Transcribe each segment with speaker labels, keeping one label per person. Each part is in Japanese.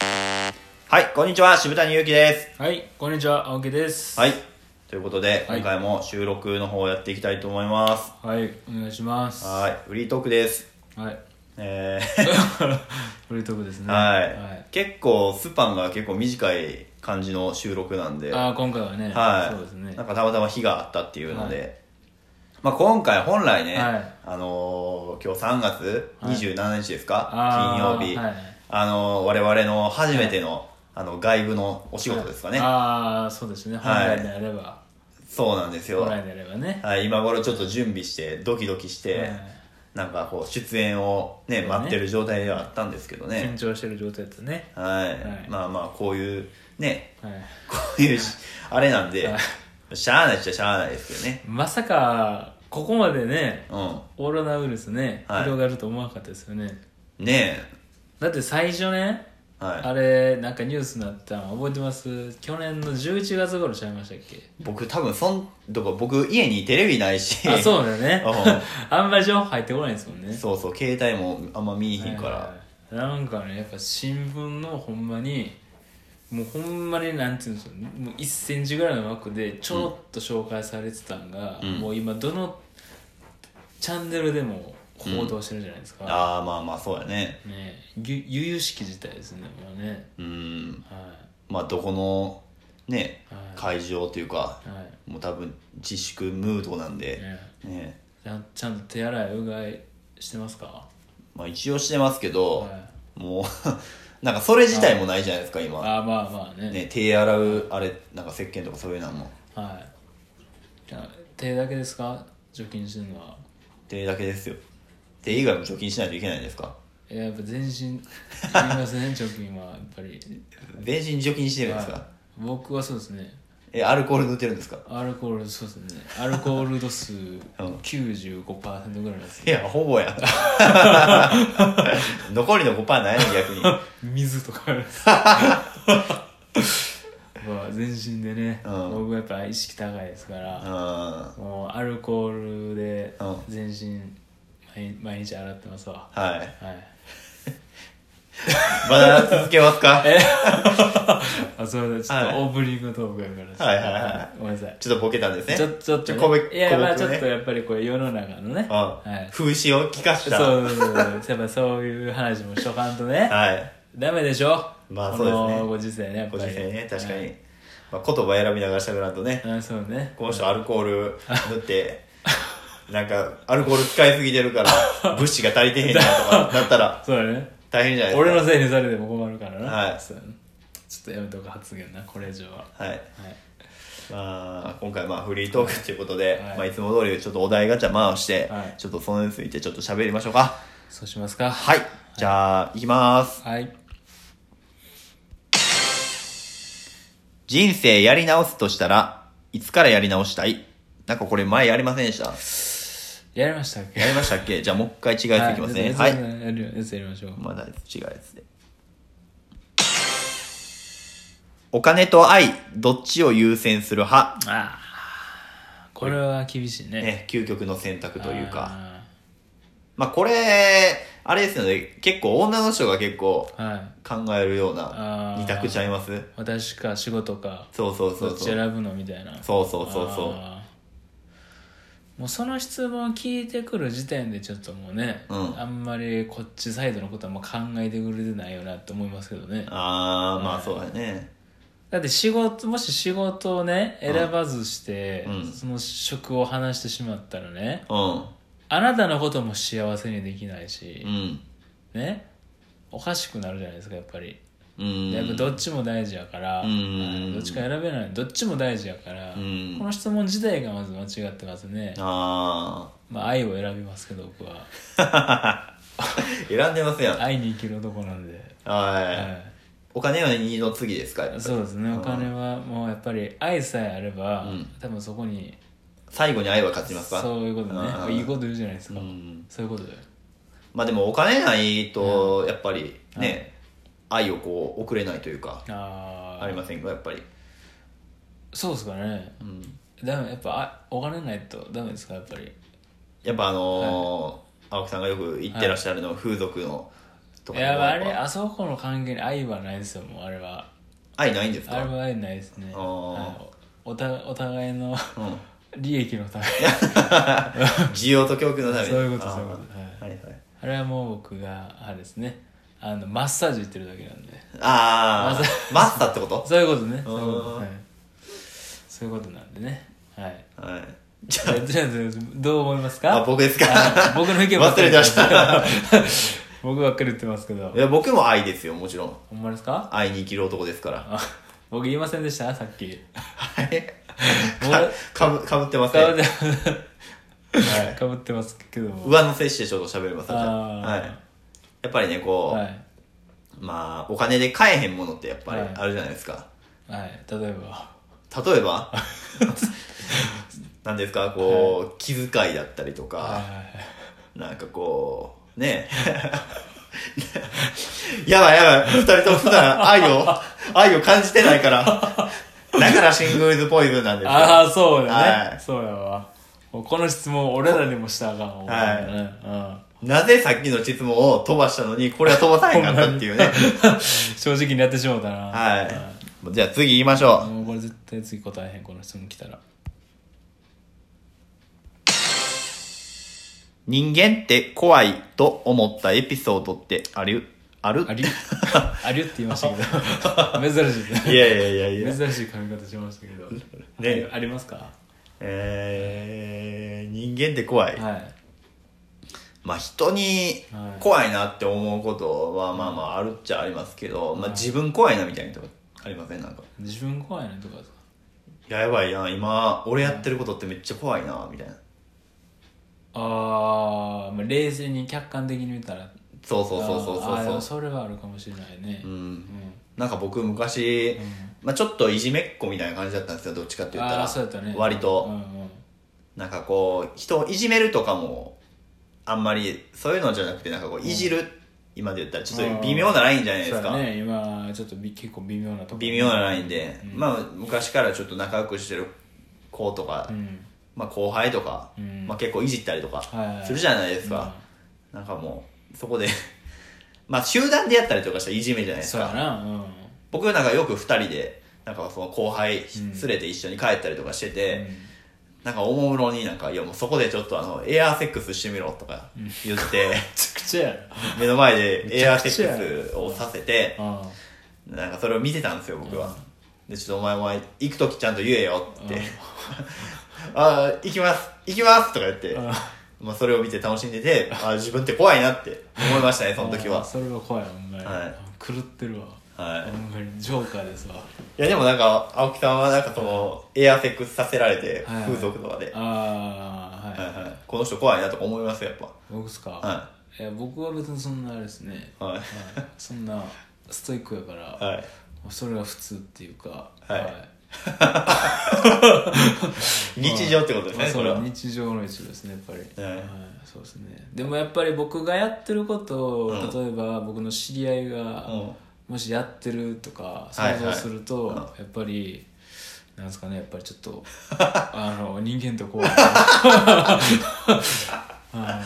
Speaker 1: はい、こんにちは、渋谷祐希です。
Speaker 2: はい、こんにちは、青木です。
Speaker 1: はい。ということで、
Speaker 2: はい
Speaker 1: 今回も収録の方をやっていきたいと思います。
Speaker 2: はい。お願いします。は
Speaker 1: はい、フリートークです。
Speaker 2: い。はい。
Speaker 1: え
Speaker 2: フリートークですね。
Speaker 1: ー、はい。結構、スパンが結構短い感じの収録なんで、
Speaker 2: あ
Speaker 1: は
Speaker 2: あ、今回はね、
Speaker 1: い。
Speaker 2: そうですね
Speaker 1: な。んかたまたま火があったっていうので、まあ今回本来ね、
Speaker 2: はい
Speaker 1: あのー今日3月27日ですか、
Speaker 2: あ
Speaker 1: 金曜
Speaker 2: ー
Speaker 1: 日、
Speaker 2: はい
Speaker 1: あのー我々の初めての、あの外部のお仕事ですかね、
Speaker 2: ああ、そうですね。本
Speaker 1: はい
Speaker 2: 来であれば、
Speaker 1: そうなんですよ
Speaker 2: 本来であればね。
Speaker 1: はい、今頃ちょっと準備してドキドキして、
Speaker 2: はい
Speaker 1: なんかこう出演をね
Speaker 2: そうね
Speaker 1: 待ってる状態ではあったんですけど
Speaker 2: 緊
Speaker 1: ね、
Speaker 2: 張してる状態だったね。
Speaker 1: はい
Speaker 2: はい
Speaker 1: まあまあこういうね
Speaker 2: はい。
Speaker 1: こういうしあれなんで、
Speaker 2: はい
Speaker 1: しゃあないっちゃしゃあないですけどね
Speaker 2: まさか、ここまでね、
Speaker 1: う
Speaker 2: オロナウイルスね、
Speaker 1: はい
Speaker 2: 広がると思わなかったですよね。
Speaker 1: んね
Speaker 2: だって最初ね、
Speaker 1: え、はい、
Speaker 2: あれ、なんかニュースになったの覚えてます去年の11月頃ちゃいましたっけ
Speaker 1: 僕多分そんとこ僕家にテレビないし
Speaker 2: あ、
Speaker 1: う
Speaker 2: そうだよね
Speaker 1: うん。
Speaker 2: あんまり情報入ってこないですもんね。
Speaker 1: そうそう携帯もあんま見えひんから、
Speaker 2: はいはいはいなんかね、やっぱ新聞のほんまに、もうほんまになんていうんですか、もう1センチぐらいの枠でちょろっと紹介されてたんが、
Speaker 1: うん
Speaker 2: もう今どのチャンネルでも報道してるじゃないですか。
Speaker 1: ああまあまあそうやね
Speaker 2: ねゆ、ゆゆしき自体ですね、もうね。
Speaker 1: うん
Speaker 2: は
Speaker 1: まあどこのね
Speaker 2: い。は
Speaker 1: 会場というか
Speaker 2: い。は
Speaker 1: もう多分自粛ムードなん
Speaker 2: い。
Speaker 1: で、
Speaker 2: ね
Speaker 1: ね
Speaker 2: ちゃんちゃんと手洗い、うがいしてますか
Speaker 1: まあ、一応してますけど、
Speaker 2: はい
Speaker 1: もう なんかそれ自体もないじゃないですか今、
Speaker 2: ああ、まあまあね。
Speaker 1: ね、手洗うあれなんか石鹸とかそういうのも
Speaker 2: はい。じゃあ、手だけですか除菌してるのは。
Speaker 1: 手だけですよ手以外も除菌しないといけないんですか
Speaker 2: いややっぱ全身いりますね貯金はやっぱり
Speaker 1: 全身除菌してるんですか、
Speaker 2: はい僕はそうですね
Speaker 1: えアルコール塗ってるんですか
Speaker 2: アルコールそうですねアルコール度数95%ぐらいなんです
Speaker 1: いやほぼ や残りの5%ないの 逆に
Speaker 2: 水とかあるんです まあ全身でね、
Speaker 1: うん
Speaker 2: 僕はやっぱ意識高いですから、
Speaker 1: うん
Speaker 2: もうアルコールで
Speaker 1: うん
Speaker 2: 全身毎毎日洗ってますわ、
Speaker 1: はい
Speaker 2: はい
Speaker 1: まだ続けますか
Speaker 2: あそれでちょっ
Speaker 1: はい
Speaker 2: とオープニングトークやから
Speaker 1: はいはいはい
Speaker 2: いごめんなさい
Speaker 1: ちょっとボケたんですね
Speaker 2: ちょちょっと、
Speaker 1: 小ボ
Speaker 2: ね、いや、まあち
Speaker 1: 小
Speaker 2: ょ
Speaker 1: ボ
Speaker 2: っと
Speaker 1: ケね
Speaker 2: やっぱりこれ世の中のね、
Speaker 1: うん
Speaker 2: はい、
Speaker 1: 風刺を聞かし
Speaker 2: そう
Speaker 1: た
Speaker 2: そうそうそうやっぱそういう話もしとかんとね、
Speaker 1: はい
Speaker 2: ダメでしょ
Speaker 1: まあそうですね
Speaker 2: このご時世ねやっぱ
Speaker 1: ご
Speaker 2: り
Speaker 1: 時世ね確かに、
Speaker 2: はい
Speaker 1: まあ、言葉選びながらしゃべらんとね
Speaker 2: あそうね
Speaker 1: この人アルコール塗ってなんかアルコール使いすぎてるから 物資が足りてへんなとかなったら
Speaker 2: そうだね
Speaker 1: 大変じゃないですか
Speaker 2: 俺のせいにされても困るからな
Speaker 1: はい
Speaker 2: そうやなちょっとやめとく発言なこれ以上はは
Speaker 1: はい
Speaker 2: い
Speaker 1: まあ、今回まあフリートークということで、
Speaker 2: はい
Speaker 1: まあ、いつも通りちょっとお題ガチャ回して、
Speaker 2: はい
Speaker 1: ちょっとそれについてちょっと喋りましょうか
Speaker 2: そうしますか
Speaker 1: はいじゃあ、い、きます
Speaker 2: はい
Speaker 1: 人生やり直すとしたらいつからやり直したいなんかこれ前やりませんでした
Speaker 2: やりましたっけ
Speaker 1: やりましたっけじゃあもう一回違いついきますね
Speaker 2: は
Speaker 1: はいい
Speaker 2: 別々やるやつやりましょう
Speaker 1: まだ違うやつで。お金と愛、どっちを優先する派
Speaker 2: ああこれは厳しいね
Speaker 1: ね、究極の選択というか。
Speaker 2: あ
Speaker 1: まあこれ、あれですよね、結構女の人が結構
Speaker 2: ーはい
Speaker 1: 考えるよう
Speaker 2: あ
Speaker 1: な
Speaker 2: ー
Speaker 1: 二択ちゃいます
Speaker 2: 私か仕事か
Speaker 1: そうそうそ
Speaker 2: どっ
Speaker 1: う
Speaker 2: ち
Speaker 1: そう。
Speaker 2: 選ぶのみたいな
Speaker 1: そうそうそうそう。
Speaker 2: あーもうその質問を聞いてくる時点でちょっともうね、
Speaker 1: うん
Speaker 2: あんまりこっちサイドのことはもう考えてくれてないよなって思いますけどね
Speaker 1: あー、まあそうだね。
Speaker 2: だって仕事もし仕事をね選ばずして、
Speaker 1: うん
Speaker 2: その職を離してしまったらね
Speaker 1: うん。
Speaker 2: あなたのことも幸せにできないし
Speaker 1: う、ん。
Speaker 2: ねおかしくなるじゃないですかやっぱり
Speaker 1: う
Speaker 2: やっぱ
Speaker 1: ん。
Speaker 2: どっちも大事やから、
Speaker 1: うん
Speaker 2: はいどっちか選べないどっちも大事やから、
Speaker 1: うん
Speaker 2: この質問自体がまず間違ってますね、
Speaker 1: あ
Speaker 2: まあ、愛を選びますけど僕 は
Speaker 1: ー。選んでますやん。
Speaker 2: 愛に生きる男なんで、
Speaker 1: は。
Speaker 2: はい
Speaker 1: お金は二の次ですか
Speaker 2: い、そうですねお金はもうやっぱり愛さえあれば、
Speaker 1: うん
Speaker 2: 多分そこに
Speaker 1: 最後に愛は勝ちますか
Speaker 2: そういうことね
Speaker 1: うん
Speaker 2: まあいいこと言うじゃないですか、
Speaker 1: うん
Speaker 2: そういうことで
Speaker 1: まあでもお金ないとやっぱりね、愛をこう送れないというか
Speaker 2: ああ
Speaker 1: ありませんかやっぱり、
Speaker 2: そうですかね
Speaker 1: うん、
Speaker 2: ダメやっぱあお金ないとダメですかやっぱり
Speaker 1: やっぱあのー青木さんがよく言ってらっしゃるの、風俗のと
Speaker 2: い
Speaker 1: か
Speaker 2: や
Speaker 1: の
Speaker 2: あれあそこの関係に愛はないですよもうあれは
Speaker 1: 愛ないんです
Speaker 2: あれ
Speaker 1: か
Speaker 2: はないですね
Speaker 1: あー
Speaker 2: はいおたお互いの
Speaker 1: うん
Speaker 2: 利益のため
Speaker 1: 需要と供給のために
Speaker 2: そういうこと
Speaker 1: あー
Speaker 2: そういうことはい
Speaker 1: はいはい
Speaker 2: あれはもう僕があれですねあのマッサージ行ってるだけなんで
Speaker 1: あ
Speaker 2: マ
Speaker 1: あマッサってこと
Speaker 2: そういうことね
Speaker 1: あー
Speaker 2: そういうこと,、はい、そういうことなんでねはい
Speaker 1: はい
Speaker 2: じゃあどう思いますか
Speaker 1: あ僕ですか
Speaker 2: あ僕の意見ばっかり
Speaker 1: 忘れてました
Speaker 2: 僕ばっかり言ってますけど
Speaker 1: いや僕も愛ですよもちろん
Speaker 2: ほんまですか
Speaker 1: 愛に生きる男ですから
Speaker 2: あ僕言いませんでしたさっき
Speaker 1: はい
Speaker 2: 僕
Speaker 1: かぶかぶってますね
Speaker 2: かぶ
Speaker 1: は
Speaker 2: って
Speaker 1: い
Speaker 2: かぶってますけども
Speaker 1: 上乗せしてちょっと喋りますね
Speaker 2: あー
Speaker 1: はいやっぱりねこう、
Speaker 2: はい
Speaker 1: まあお金で買えへんものってやっぱり
Speaker 2: はい
Speaker 1: あるじゃないですか、
Speaker 2: はい例えば
Speaker 1: 例えば なんですかこう、気遣いだったりとか、
Speaker 2: は
Speaker 1: なんかこうね えやばいやばい二人とも普段愛を愛を感じてないからだからシングルズポイズンなんで
Speaker 2: い
Speaker 1: すよ
Speaker 2: ああそうだね、
Speaker 1: はい
Speaker 2: そうやわもうこの質問俺らにもしたらあかんわ
Speaker 1: はい
Speaker 2: うんうん
Speaker 1: なぜさっきの質問を飛ばしたのにこれは飛ばさへんかったっていうね
Speaker 2: 正直にやってしまうたな
Speaker 1: はいじゃあ次言いましょう
Speaker 2: もうこれ絶対次答えへんこの質問来たら
Speaker 1: 人間って怖いと思ったエピソードってあるある
Speaker 2: あ り ありゅって言いましたけど珍しいです
Speaker 1: い
Speaker 2: ね
Speaker 1: やいやいやいや
Speaker 2: 珍しい髪型しましたけど
Speaker 1: ね
Speaker 2: ありますか
Speaker 1: えー、人間って怖い、
Speaker 2: はい
Speaker 1: まあ人に
Speaker 2: はい
Speaker 1: 怖いなって思うことはまあまああるっちゃありますけど、まあ自分怖いなみたいなとこありませんなんか
Speaker 2: 自分怖いねとかですか
Speaker 1: いややばいな今俺やってることってめっちゃ怖いなみたいな
Speaker 2: あー、まあ冷静に客観的に見たら
Speaker 1: そうそうそうそう
Speaker 2: あーで
Speaker 1: そ
Speaker 2: も
Speaker 1: うそう
Speaker 2: それはあるかもしれないね
Speaker 1: う
Speaker 2: うんん
Speaker 1: なんか僕昔、まあ、ちょっといじめっ子みたいな感じだったんですよどっちかって言った
Speaker 2: あ
Speaker 1: ら
Speaker 2: あそうやったね
Speaker 1: 割
Speaker 2: う
Speaker 1: と
Speaker 2: んうん
Speaker 1: なんかこう人をいじめるとかもあんまりそういうのじゃなくてなんかこういじる、今で言ったらちょっと微妙なラインじゃないです
Speaker 2: そう
Speaker 1: か、
Speaker 2: やね今ちょっとび結構微妙なとこ
Speaker 1: 微妙なラインで、まあ昔からちょっと仲良くしてる子とか、
Speaker 2: うん
Speaker 1: まあ、後輩とか、
Speaker 2: うん
Speaker 1: まあ、結構いじったりとか
Speaker 2: はいはいはい
Speaker 1: するじゃないですか、なんかもうそこで まあ集団でやったりとかしたらいじめじゃないです
Speaker 2: そうや
Speaker 1: か
Speaker 2: なうん
Speaker 1: 僕なんかよく2人でなんかその後輩連れて一緒に帰ったりとかしてて、なんかおもむろになんか、いやもうそこでちょっとあの、エアーセックスしてみろとか言って、
Speaker 2: めちゃくちゃやな
Speaker 1: 目の前で
Speaker 2: め
Speaker 1: エ
Speaker 2: ち
Speaker 1: アー
Speaker 2: ゃく
Speaker 1: セ
Speaker 2: ちゃや
Speaker 1: ックスをさせて、
Speaker 2: あ
Speaker 1: なんかそれを見てたんですよ、僕は。で、ちょっとお前お前、行くときちゃんと言えよって。 ああー、行きます行きますとか言って、まあそれを見て楽しんでて、あー自分って怖いなって思いましたね、その時
Speaker 2: あー
Speaker 1: は。
Speaker 2: それは怖いほんまに、
Speaker 1: は
Speaker 2: 狂ってるわ
Speaker 1: はい
Speaker 2: ほんまにジョーカーですわ
Speaker 1: いやでもなんか、青木さんはなんかその、エアーセックスさせられて、
Speaker 2: はいはい
Speaker 1: 風俗とかで。
Speaker 2: ああはい、
Speaker 1: はいはいこの人怖いなとか思いますよ、やっぱ。
Speaker 2: 僕っすか、、
Speaker 1: はい
Speaker 2: や僕は別にそんなあれですね、
Speaker 1: はい
Speaker 2: そんなストイックやから、
Speaker 1: はい。
Speaker 2: それが普通っていうか、
Speaker 1: はい日常ってことです
Speaker 2: まあ
Speaker 1: ね、
Speaker 2: そ
Speaker 1: それ
Speaker 2: れ
Speaker 1: は
Speaker 2: は。日常の一部ですねやっぱり、
Speaker 1: はい
Speaker 2: そうですねでもやっぱり僕がやってることを、
Speaker 1: うん
Speaker 2: 例えば僕の知り合いが、
Speaker 1: うん
Speaker 2: もしやってるとか
Speaker 1: はい
Speaker 2: 想
Speaker 1: はい
Speaker 2: 像すると、
Speaker 1: うん
Speaker 2: やっぱりなんですかねやっぱりちょっ とあの人間とこうやっぱ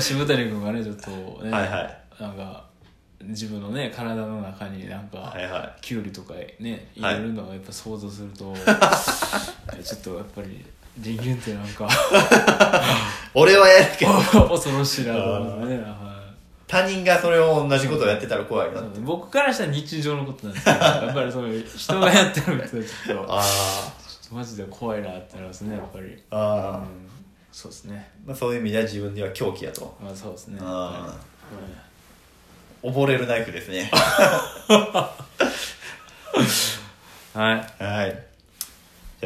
Speaker 2: 渋谷君がねちょっとね、
Speaker 1: はいはい
Speaker 2: なんか自分のね体の中になんか、
Speaker 1: はいはい
Speaker 2: キュウリとかね
Speaker 1: は
Speaker 2: 入
Speaker 1: い
Speaker 2: れるのをやっぱ想像する と、ちょっとやっぱり人間ってなん か
Speaker 1: 俺はやるけど
Speaker 2: 恐ろしいなと思うんですね、はい
Speaker 1: 他人がそれを同じことをやってたら怖いな
Speaker 2: そうですね僕からしたら日常のことなんですけどやっぱりその人がやってるのってちょっと
Speaker 1: あ
Speaker 2: ちょっとマジで怖いなってなりますねやっぱり、
Speaker 1: ああ
Speaker 2: う
Speaker 1: あ、
Speaker 2: ん、そうですね
Speaker 1: まあ、そういう意味では自分では狂気やと
Speaker 2: まあそうですね
Speaker 1: あ
Speaker 2: はい
Speaker 1: 溺れるナイフです ね
Speaker 2: はい、はい、
Speaker 1: はいじゃあ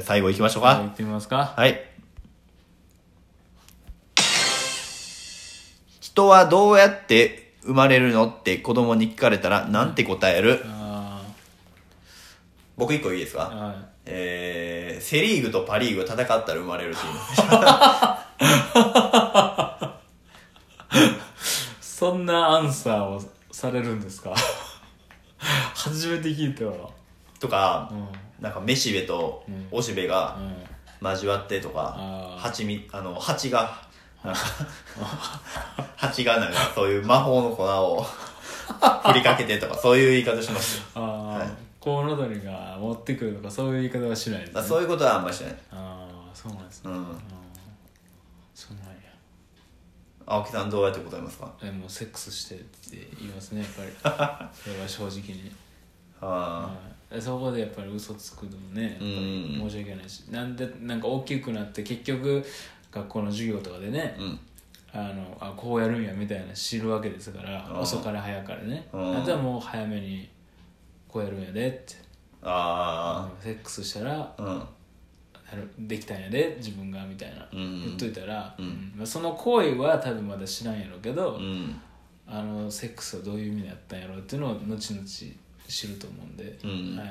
Speaker 1: 最後いきましょう
Speaker 2: 行
Speaker 1: か
Speaker 2: ってみますか
Speaker 1: はい、人はどうやって生まれるのって子供に聞かれたらなんて答える
Speaker 2: あ
Speaker 1: 僕一個いいですか
Speaker 2: ーは
Speaker 1: えー、セ・リーグとパ・リーグが戦ったら生まれるっていう
Speaker 2: いそんなアンサーをされるんですか 初めて聞いたわ
Speaker 1: とか
Speaker 2: う、ん
Speaker 1: なんかめしべと
Speaker 2: うん
Speaker 1: おしべが
Speaker 2: うん
Speaker 1: 交わってとか
Speaker 2: あ、ー
Speaker 1: 蜂みあの蜂がなん か蜂がなん かそういう魔法の粉を振りかけてとかそういう言い方しますよ
Speaker 2: ああ、コウノドリが持ってくるとかそういう言い方はしないです、ね、
Speaker 1: あそういうことはあんましない
Speaker 2: ああそうなんですね、
Speaker 1: うん
Speaker 2: あーそうなんや
Speaker 1: 青木さんどうやって答えますか
Speaker 2: えもうセックスしてって言いますね やっぱりそれは正直に、
Speaker 1: あ
Speaker 2: はいえそこでやっぱり嘘つくのもねやっぱり
Speaker 1: うん
Speaker 2: 申し訳ないしなんでなんか大きくなって結局学校の授業とかでね、
Speaker 1: あうん
Speaker 2: あのあこうやるんやみたいな知るわけですから
Speaker 1: うん
Speaker 2: 遅から早からね
Speaker 1: うん
Speaker 2: あとはもう早めにこうやるんやでって
Speaker 1: あ
Speaker 2: セックスしたら
Speaker 1: あうん
Speaker 2: あのできたんやで自分がみたいな、
Speaker 1: うん
Speaker 2: 言っといたら、
Speaker 1: うん
Speaker 2: うんまあ、その行為は多分まだ知らんやろうけど、
Speaker 1: うん
Speaker 2: あのセックスはどういう意味だったんやろうっていうのを後々知ると思うんで、
Speaker 1: うん
Speaker 2: はい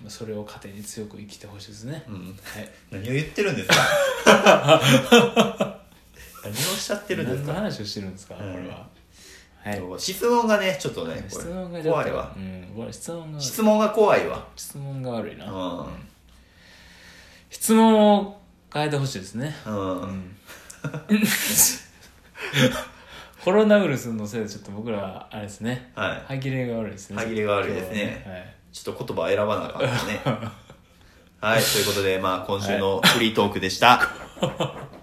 Speaker 2: まあ、それを糧に強く生きてほしいですね、
Speaker 1: うん
Speaker 2: はい
Speaker 1: 何を言ってるんですか何をしちゃってるんです
Speaker 2: 何の
Speaker 1: か
Speaker 2: 話をしてるんですか、
Speaker 1: うん
Speaker 2: これははい
Speaker 1: 質問がねちょっとねこ
Speaker 2: 質問が
Speaker 1: れ
Speaker 2: ちょっと
Speaker 1: 怖いわ
Speaker 2: うん、これ質問が
Speaker 1: 質問が怖いわ
Speaker 2: 質問が悪いな、
Speaker 1: うん
Speaker 2: 質問を変えてほしいですね、
Speaker 1: う
Speaker 2: うんん、コロナウイルスのせいでちょっと僕らあれですね
Speaker 1: はい
Speaker 2: 歯切れが悪いですね
Speaker 1: 歯切れが悪いですね
Speaker 2: 今日は
Speaker 1: ちょっと言葉選ばなかったねはいということで まあ今週のフリートークでした、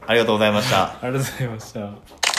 Speaker 1: ありがとうございました
Speaker 2: はい、ありがとうございました